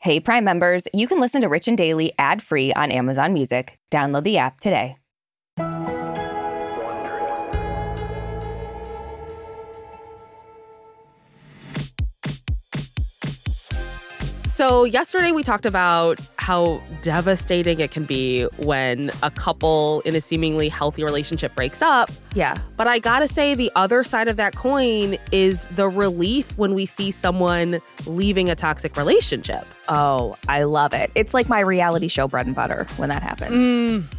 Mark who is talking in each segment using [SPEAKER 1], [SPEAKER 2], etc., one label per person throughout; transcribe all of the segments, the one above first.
[SPEAKER 1] Hey, Prime members, you can listen to Rich and Daily ad free on Amazon Music. Download the app today.
[SPEAKER 2] So, yesterday we talked about how devastating it can be when a couple in a seemingly healthy relationship breaks up.
[SPEAKER 1] Yeah.
[SPEAKER 2] But I gotta say, the other side of that coin is the relief when we see someone leaving a toxic relationship.
[SPEAKER 1] Oh, I love it. It's like my reality show bread and butter when that happens.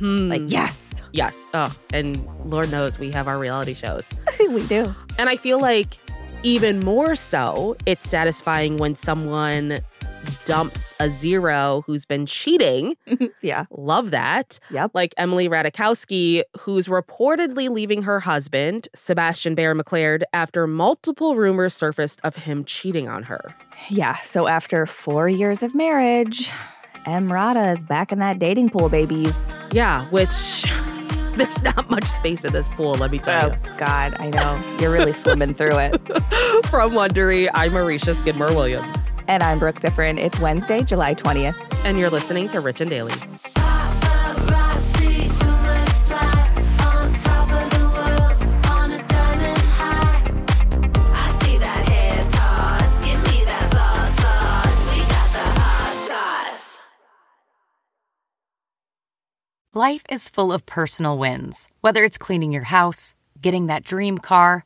[SPEAKER 2] Mm-hmm.
[SPEAKER 1] Like, yes,
[SPEAKER 2] yes. Oh, and Lord knows we have our reality shows.
[SPEAKER 1] we do.
[SPEAKER 2] And I feel like even more so, it's satisfying when someone dumps a zero who's been cheating.
[SPEAKER 1] Yeah.
[SPEAKER 2] Love that.
[SPEAKER 1] Yep.
[SPEAKER 2] Like Emily Radikowski, who's reportedly leaving her husband, Sebastian Bear McLeod, after multiple rumors surfaced of him cheating on her.
[SPEAKER 1] Yeah. So after four years of marriage, Emrata is back in that dating pool, babies.
[SPEAKER 2] Yeah, which there's not much space in this pool, let me tell
[SPEAKER 1] Oh,
[SPEAKER 2] you.
[SPEAKER 1] God, I know. You're really swimming through it.
[SPEAKER 2] From Wondery, I'm Marisha Skidmore Williams,
[SPEAKER 1] And I'm Brooke Ziffrin. It's Wednesday, July 20th.
[SPEAKER 2] and you're listening to Rich and Daily.
[SPEAKER 3] Paparazzi rumors fly on top of the world on a diamond high. I see that hair toss, give me that floss, floss. We got the hot sauce.
[SPEAKER 4] Life is full of personal wins, whether it's cleaning your house, getting that dream car,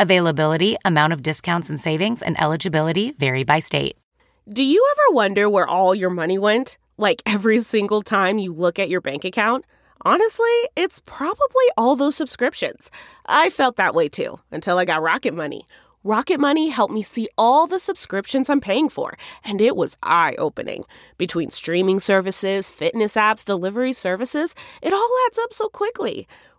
[SPEAKER 4] Availability, amount of discounts and savings, and eligibility vary by state.
[SPEAKER 5] Do you ever wonder where all your money went? Like every single time you look at your bank account? Honestly, it's probably all those subscriptions. I felt that way too until I got Rocket Money. Rocket Money helped me see all the subscriptions I'm paying for, and it was eye opening. Between streaming services, fitness apps, delivery services, it all adds up so quickly.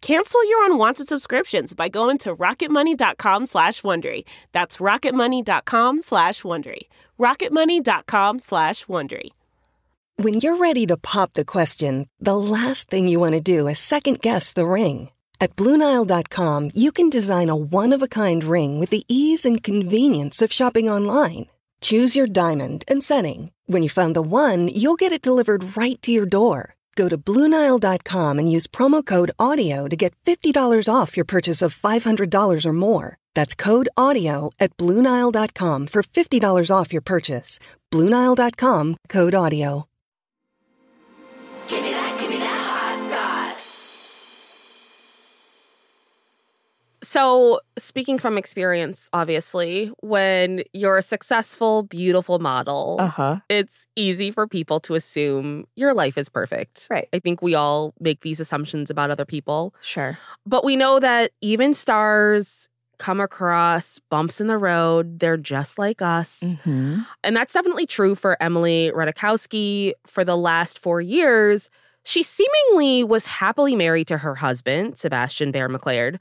[SPEAKER 5] Cancel your unwanted subscriptions by going to rocketmoney.com slash Wondery. That's rocketmoney.com slash Wondery. rocketmoney.com slash Wondery.
[SPEAKER 6] When you're ready to pop the question, the last thing you want to do is second guess the ring. At Bluenile.com, you can design a one of a kind ring with the ease and convenience of shopping online. Choose your diamond and setting. When you find the one, you'll get it delivered right to your door. Go to Bluenile.com and use promo code AUDIO to get $50 off your purchase of $500 or more. That's code AUDIO at Bluenile.com for $50 off your purchase. Bluenile.com code AUDIO.
[SPEAKER 3] Give me that, give me that hot sauce.
[SPEAKER 2] So, speaking from experience, obviously, when you're a successful, beautiful model,
[SPEAKER 1] huh.
[SPEAKER 2] it's easy for people to assume your life is perfect.
[SPEAKER 1] Right.
[SPEAKER 2] I think we all make these assumptions about other people.
[SPEAKER 1] Sure.
[SPEAKER 2] But we know that even stars come across bumps in the road. They're just like us.
[SPEAKER 1] Mm-hmm.
[SPEAKER 2] And that's definitely true for Emily Radikowski for the last four years. She seemingly was happily married to her husband, Sebastian Bear McLeod,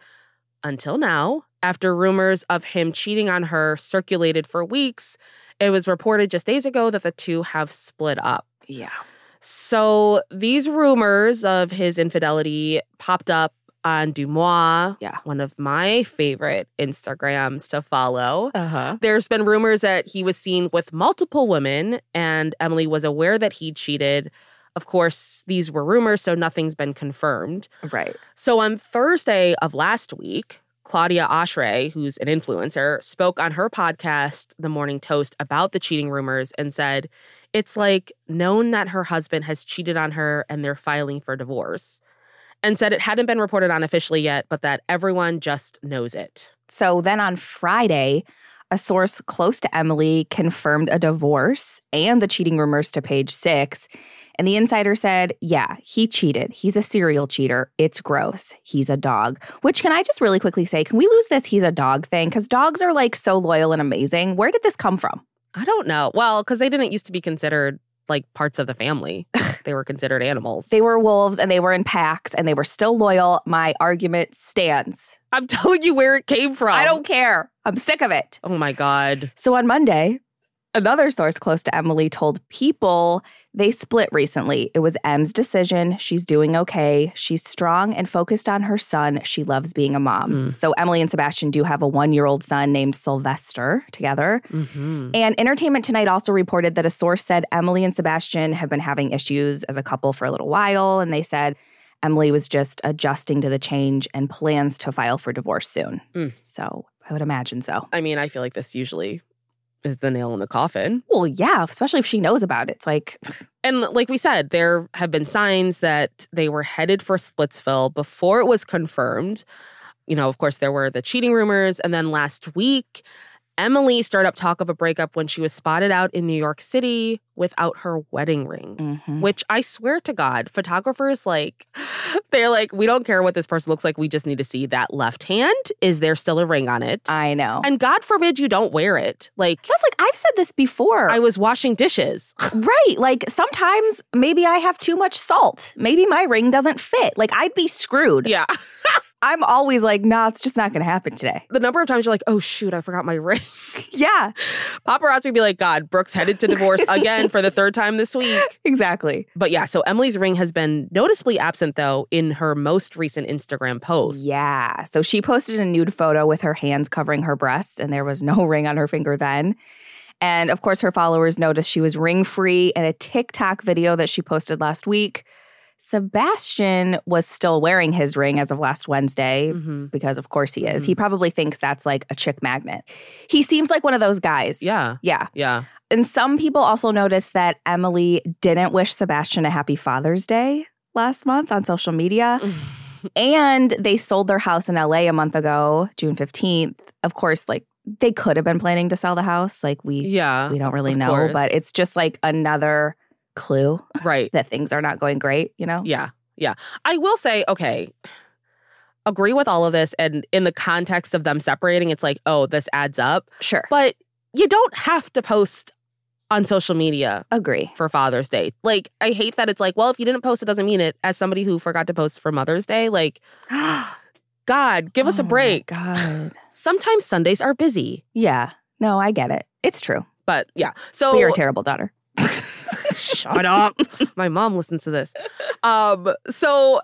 [SPEAKER 2] until now, after rumors of him cheating on her circulated for weeks. It was reported just days ago that the two have split up.
[SPEAKER 1] Yeah.
[SPEAKER 2] So these rumors of his infidelity popped up on Dumois,
[SPEAKER 1] Yeah.
[SPEAKER 2] one of my favorite Instagrams to follow.
[SPEAKER 1] Uh huh.
[SPEAKER 2] There's been rumors that he was seen with multiple women, and Emily was aware that he cheated. Of course, these were rumors, so nothing's been confirmed.
[SPEAKER 1] Right.
[SPEAKER 2] So on Thursday of last week, Claudia Ashray, who's an influencer, spoke on her podcast, The Morning Toast, about the cheating rumors and said, It's like known that her husband has cheated on her and they're filing for divorce. And said it hadn't been reported on officially yet, but that everyone just knows it.
[SPEAKER 1] So then on Friday, a source close to Emily confirmed a divorce and the cheating rumors to page six. And the insider said, Yeah, he cheated. He's a serial cheater. It's gross. He's a dog. Which, can I just really quickly say, can we lose this he's a dog thing? Because dogs are like so loyal and amazing. Where did this come from?
[SPEAKER 2] I don't know. Well, because they didn't used to be considered like parts of the family, they were considered animals.
[SPEAKER 1] They were wolves and they were in packs and they were still loyal. My argument stands.
[SPEAKER 2] I'm telling you where it came from.
[SPEAKER 1] I don't care. I'm sick of it.
[SPEAKER 2] Oh my God.
[SPEAKER 1] So on Monday, another source close to Emily told People they split recently. It was Em's decision. She's doing okay. She's strong and focused on her son. She loves being a mom.
[SPEAKER 2] Mm.
[SPEAKER 1] So Emily and Sebastian do have a one year old son named Sylvester together.
[SPEAKER 2] Mm-hmm.
[SPEAKER 1] And Entertainment Tonight also reported that a source said Emily and Sebastian have been having issues as a couple for a little while. And they said Emily was just adjusting to the change and plans to file for divorce soon.
[SPEAKER 2] Mm.
[SPEAKER 1] So I would imagine so.
[SPEAKER 2] I mean, I feel like this usually is the nail in the coffin.
[SPEAKER 1] Well, yeah, especially if she knows about it. It's like,
[SPEAKER 2] And like we said, there have been signs that they were headed for Splitsville before it was confirmed. You know, of course, there were the cheating rumors. And then last week, Emily stirred up talk of a breakup when she was spotted out in New York City without her wedding ring.
[SPEAKER 1] mhm.
[SPEAKER 2] Which I swear to God, photographers like, they're like, we don't care what this person looks like. We just need to see that left hand. Is there still a ring on it?
[SPEAKER 1] I know.
[SPEAKER 2] and God forbid you don't wear it. Like,
[SPEAKER 1] That's like, I've said this before.
[SPEAKER 2] I was washing dishes.
[SPEAKER 1] right. Like, sometimes maybe I have too much salt. Maybe my ring doesn't fit. Like, I'd be screwed.
[SPEAKER 2] yeah.
[SPEAKER 1] I'm always like, nah, it's just not going to happen today.
[SPEAKER 2] The number of times you're like, oh, shoot, I forgot my ring.
[SPEAKER 1] Yeah,
[SPEAKER 2] Paparazzi would be like, God, Brooks headed to divorce again for the third time this week.
[SPEAKER 1] exactly.
[SPEAKER 2] But yeah, so Emily's ring has been noticeably absent, though, in her most recent Instagram post.
[SPEAKER 1] Yeah. So she posted a nude photo with her hands covering her breasts, and there was no ring on her finger then. And of course, her followers noticed she was ring free in a TikTok video that she posted last week. Sebastian was still wearing his ring as of last Wednesday
[SPEAKER 2] hmm
[SPEAKER 1] because, of course, he is. He probably thinks that's like a chick magnet. He seems like one of those guys.
[SPEAKER 2] Yeah.
[SPEAKER 1] Yeah.
[SPEAKER 2] Yeah.
[SPEAKER 1] And some people also noticed that Emily didn't wish Sebastian a happy Father's Day last month on social media. And they sold their house in LA a month ago, June 15th. Of course, like they could have been planning to sell the house. Like we
[SPEAKER 2] yeah.
[SPEAKER 1] we don't really
[SPEAKER 2] of
[SPEAKER 1] know,
[SPEAKER 2] course.
[SPEAKER 1] but it's just like another clue
[SPEAKER 2] Right.
[SPEAKER 1] that things are not going great, you know?
[SPEAKER 2] Yeah. Yeah. I will say, okay, agree with all of this. And in the context of them separating, it's like, oh, this adds up.
[SPEAKER 1] Sure.
[SPEAKER 2] But you don't have to post on social media
[SPEAKER 1] Agree.
[SPEAKER 2] for Father's Day. Like, I hate that it's like, well, if you didn't post, it doesn't mean it. As somebody who forgot to post for Mother's Day, like, God, give us
[SPEAKER 1] Oh
[SPEAKER 2] a
[SPEAKER 1] my
[SPEAKER 2] break.
[SPEAKER 1] God.
[SPEAKER 2] Sometimes Sundays are busy,
[SPEAKER 1] yeah. No, I get it. It's true.
[SPEAKER 2] but yeah. So
[SPEAKER 1] we are a terrible daughter.
[SPEAKER 2] Shut up. My mom listens to this. Um, so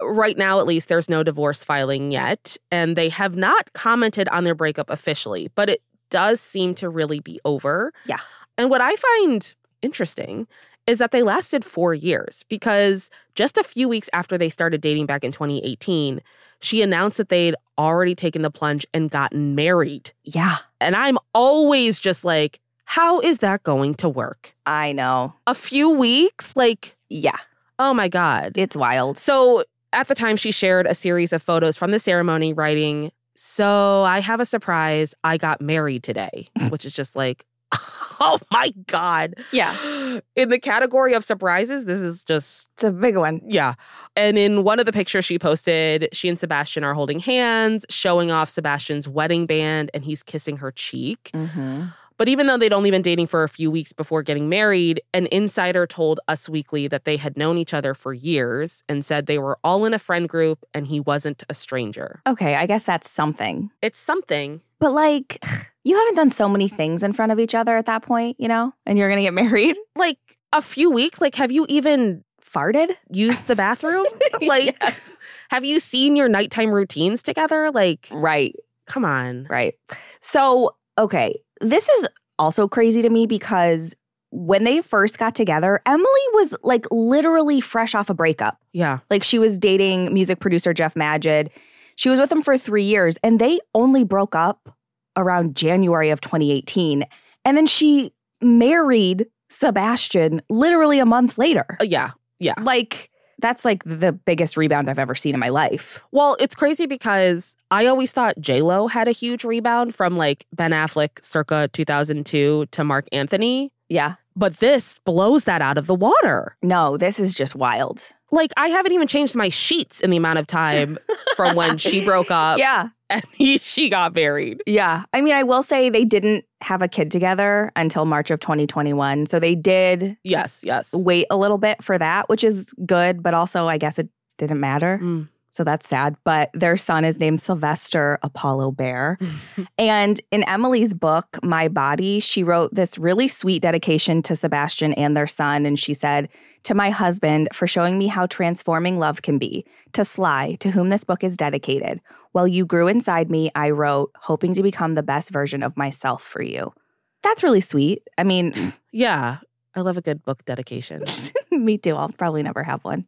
[SPEAKER 2] right now, at least, there's no divorce filing yet, and they have not commented on their breakup officially, but it does seem to really be over.
[SPEAKER 1] Yeah.
[SPEAKER 2] And what I find interesting is that they lasted four years because just a few weeks after they started dating back in 2018, she announced that they'd already taken the plunge and gotten married.
[SPEAKER 1] Yeah.
[SPEAKER 2] And I'm always just like, how is that going to work?
[SPEAKER 1] I know.
[SPEAKER 2] a few weeks like
[SPEAKER 1] Yeah.
[SPEAKER 2] oh my god
[SPEAKER 1] It's wild.
[SPEAKER 2] so at the time she shared a series of photos from the ceremony writing so i have a surprise i got married today which is just like oh my god
[SPEAKER 1] Yeah.
[SPEAKER 2] in the category of surprises this is just
[SPEAKER 1] It's a big one.
[SPEAKER 2] yeah and in one of the pictures she posted she and sebastian are holding hands showing off sebastian's wedding band and he's kissing her cheek
[SPEAKER 1] Mm-hmm.
[SPEAKER 2] but even though they'd only been dating for a few weeks before getting married, an insider told Us Weekly that they had known each other for years and said they were all in a friend group and he wasn't a stranger.
[SPEAKER 1] Okay. I guess that's something.
[SPEAKER 2] It's something.
[SPEAKER 1] But like, you haven't done so many things in front of each other at that point, you know? And you're going to get married?
[SPEAKER 2] Like a few weeks, like have you even
[SPEAKER 1] Farted?
[SPEAKER 2] used the bathroom? like have you seen your nighttime routines together? Like
[SPEAKER 1] Right,
[SPEAKER 2] come on.
[SPEAKER 1] right. So, okay. This is also crazy to me because when they first got together, Emily was like literally fresh off a breakup.
[SPEAKER 2] Yeah.
[SPEAKER 1] Like, she was dating music producer Jeff Majid. She was with him for three years and they only broke up around January of 2018. And then she married Sebastian literally a month later.
[SPEAKER 2] Uh, yeah. Yeah.
[SPEAKER 1] Like, That's like the biggest rebound I've ever seen in my life.
[SPEAKER 2] Well, it's crazy because I always thought J Lo had a huge rebound from like Ben Affleck circa 2002 to Mark Anthony,
[SPEAKER 1] Yeah.
[SPEAKER 2] but this blows that out of the water.
[SPEAKER 1] No, this is just wild.
[SPEAKER 2] Like I haven't even changed my sheets in the amount of time from when she broke up
[SPEAKER 1] yeah.
[SPEAKER 2] and he, she got married.
[SPEAKER 1] Uh, Yeah. I mean, I will say they didn't have a kid together until March of 2021. So they did
[SPEAKER 2] Yes, yes.
[SPEAKER 1] wait a little bit for that, which is good, but also I guess it didn't matter.
[SPEAKER 2] Mm.
[SPEAKER 1] So that's sad. But their son is named Sylvester Apollo Bear. and in Emily's book, My Body, she wrote this really sweet dedication to Sebastian and their son. And she said, To my husband for showing me how transforming love can be. To Sly, to whom this book is dedicated. While you grew inside me, I wrote, hoping to become the best version of myself for you. That's really sweet. I mean,
[SPEAKER 2] Yeah, I love a good book dedication.
[SPEAKER 1] me too. I'll probably never have one.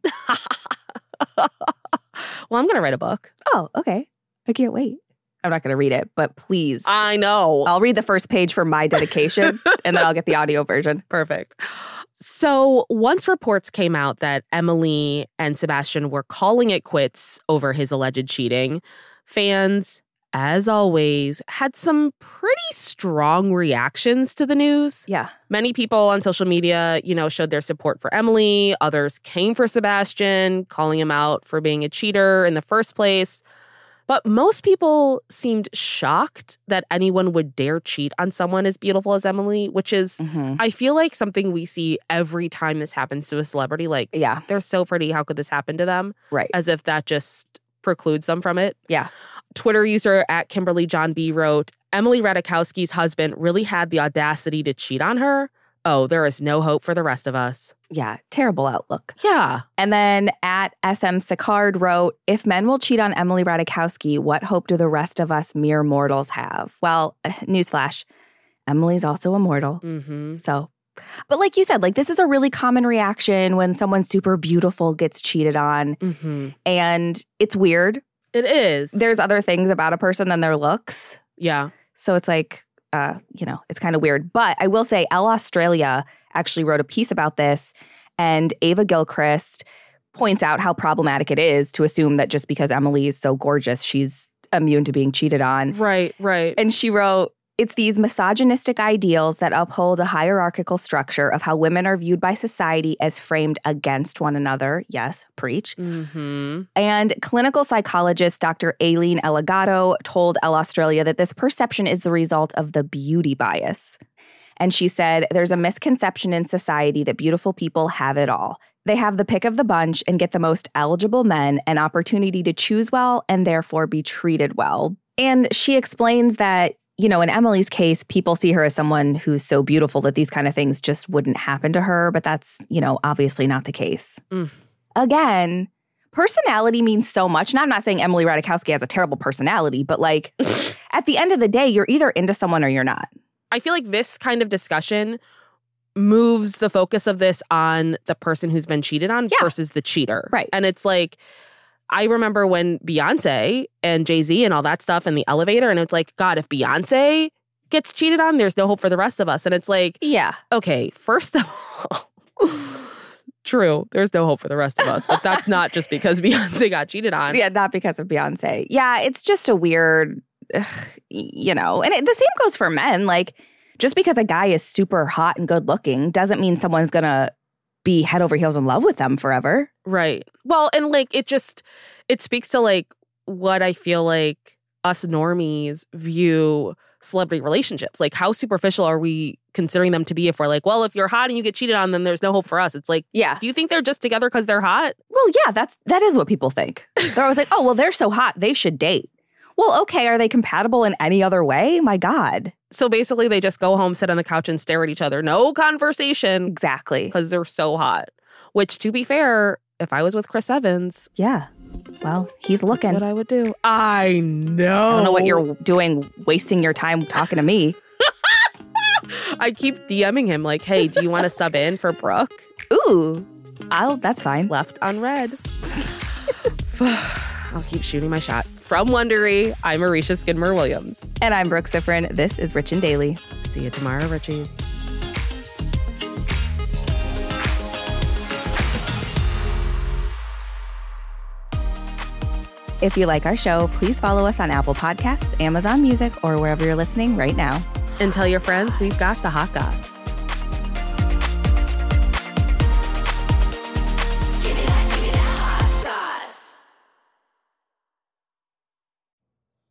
[SPEAKER 2] well, I'm gonna write a book.
[SPEAKER 1] Oh, okay. I can't wait. I'm not going to read it, but please.
[SPEAKER 2] I know.
[SPEAKER 1] I'll read the first page for my dedication and then I'll get the audio version.
[SPEAKER 2] Perfect. So, once reports came out that Emily and Sebastian were calling it quits over his alleged cheating, fans, as always, had some pretty strong reactions to the news.
[SPEAKER 1] Yeah.
[SPEAKER 2] Many people on social media, you know, showed their support for Emily. Others came for Sebastian, calling him out for being a cheater in the first place. But most people seemed shocked that anyone would dare cheat on someone as beautiful as Emily, which is, I feel like something we see every time this happens to a celebrity. Like,
[SPEAKER 1] Yeah.
[SPEAKER 2] they're so pretty. How could this happen to them?
[SPEAKER 1] Right.
[SPEAKER 2] As if that just precludes them from it.
[SPEAKER 1] Yeah.
[SPEAKER 2] Twitter user at Kimberly John B wrote Emily Radikowski's husband really had the audacity to cheat on her. Oh, there is no hope for the rest of us.
[SPEAKER 1] Yeah. Terrible outlook.
[SPEAKER 2] Yeah.
[SPEAKER 1] And then at SM Sicard wrote, if men will cheat on Emily Radikowski, what hope do the rest of us mere mortals have? Well, newsflash, Emily's also a mortal.
[SPEAKER 2] Mm-hmm.
[SPEAKER 1] So, but like you said, like this is a really common reaction when someone super beautiful gets cheated on.
[SPEAKER 2] Mm-hmm.
[SPEAKER 1] And it's weird.
[SPEAKER 2] It is.
[SPEAKER 1] There's other things about a person than their looks.
[SPEAKER 2] yeah.
[SPEAKER 1] So it's like, uh, you know, it's kind of weird. But I will say, Elle Australia actually wrote a piece about this, and Ava Gilchrist points out how problematic it is to assume that just because Emily is so gorgeous, she's immune to being cheated on.
[SPEAKER 2] Right, right.
[SPEAKER 1] And she wrote, it's these misogynistic ideals that uphold a hierarchical structure of how women are viewed by society as framed against one another. Yes, preach.
[SPEAKER 2] mm-hmm.
[SPEAKER 1] And clinical psychologist Dr. Aileen Elagato told El Australia that this perception is the result of the beauty bias. And she said, There's a misconception in society that beautiful people have it all. They have the pick of the bunch and get the most eligible men, an opportunity to choose well and therefore be treated well. And she explains that, you know, in Emily's case, people see her as someone who's so beautiful that these kind of things just wouldn't happen to her. But that's, you know, obviously not the case.
[SPEAKER 2] Mm.
[SPEAKER 1] Again, personality means so much. And I'm not saying Emily Radikowski has a terrible personality, but like at the end of the day, you're either into someone or you're not.
[SPEAKER 2] I feel like this kind of discussion moves the focus of this on the person who's been cheated on
[SPEAKER 1] Yeah.
[SPEAKER 2] versus the cheater.
[SPEAKER 1] Right.
[SPEAKER 2] And it's like, I remember when Beyonce and Jay Z and all that stuff in the elevator, and it's like, God, if Beyonce gets cheated on, there's no hope for the rest of us. And it's like,
[SPEAKER 1] Yeah.
[SPEAKER 2] okay, first of all, true, there's no hope for the rest of us, but that's not just because Beyonce got cheated on.
[SPEAKER 1] Yeah, not because of Beyonce. Yeah, it's just a weird, ugh, you know, and it, the same goes for men. Like, just because a guy is super hot and good looking doesn't mean someone's gonna be head over heels in love with them forever.
[SPEAKER 2] Right. Well, and like it just it speaks to like what I feel like us normies view celebrity relationships. Like how superficial are we considering them to be if we're like, well, if you're hot and you get cheated on, then there's no hope for us. It's like,
[SPEAKER 1] Yeah.
[SPEAKER 2] do you think they're just together because they're hot?
[SPEAKER 1] Well, yeah, that's that is what people think. They're always like, oh, well, they're so hot, they should date. Well, okay, are they compatible in any other way? My God.
[SPEAKER 2] So basically they just go home, sit on the couch and stare at each other. No conversation
[SPEAKER 1] Exactly.
[SPEAKER 2] because they're so hot. Which to be fair, if I was with Chris Evans,
[SPEAKER 1] Yeah. Well, he's looking.
[SPEAKER 2] that's what I Oh. would do. I know.
[SPEAKER 1] I don't know what you're doing, wasting your time talking to me.
[SPEAKER 2] I keep DMing him like, hey, do you want to sub in for Brooke?
[SPEAKER 1] Ooh, I'll. That's fine.
[SPEAKER 2] It's left unread. I'll keep shooting my shot. From Wondery, I'm Marisha Skidmore Williams.
[SPEAKER 1] And I'm Brooke Sifrin. This is Rich and Daily.
[SPEAKER 2] See you tomorrow, Richies.
[SPEAKER 1] If you like our show, please follow us on Apple Podcasts, Amazon Music, or wherever you're listening right now.
[SPEAKER 2] And tell your friends we've got the hot goss.
[SPEAKER 3] Give me that, give me that hot sauce.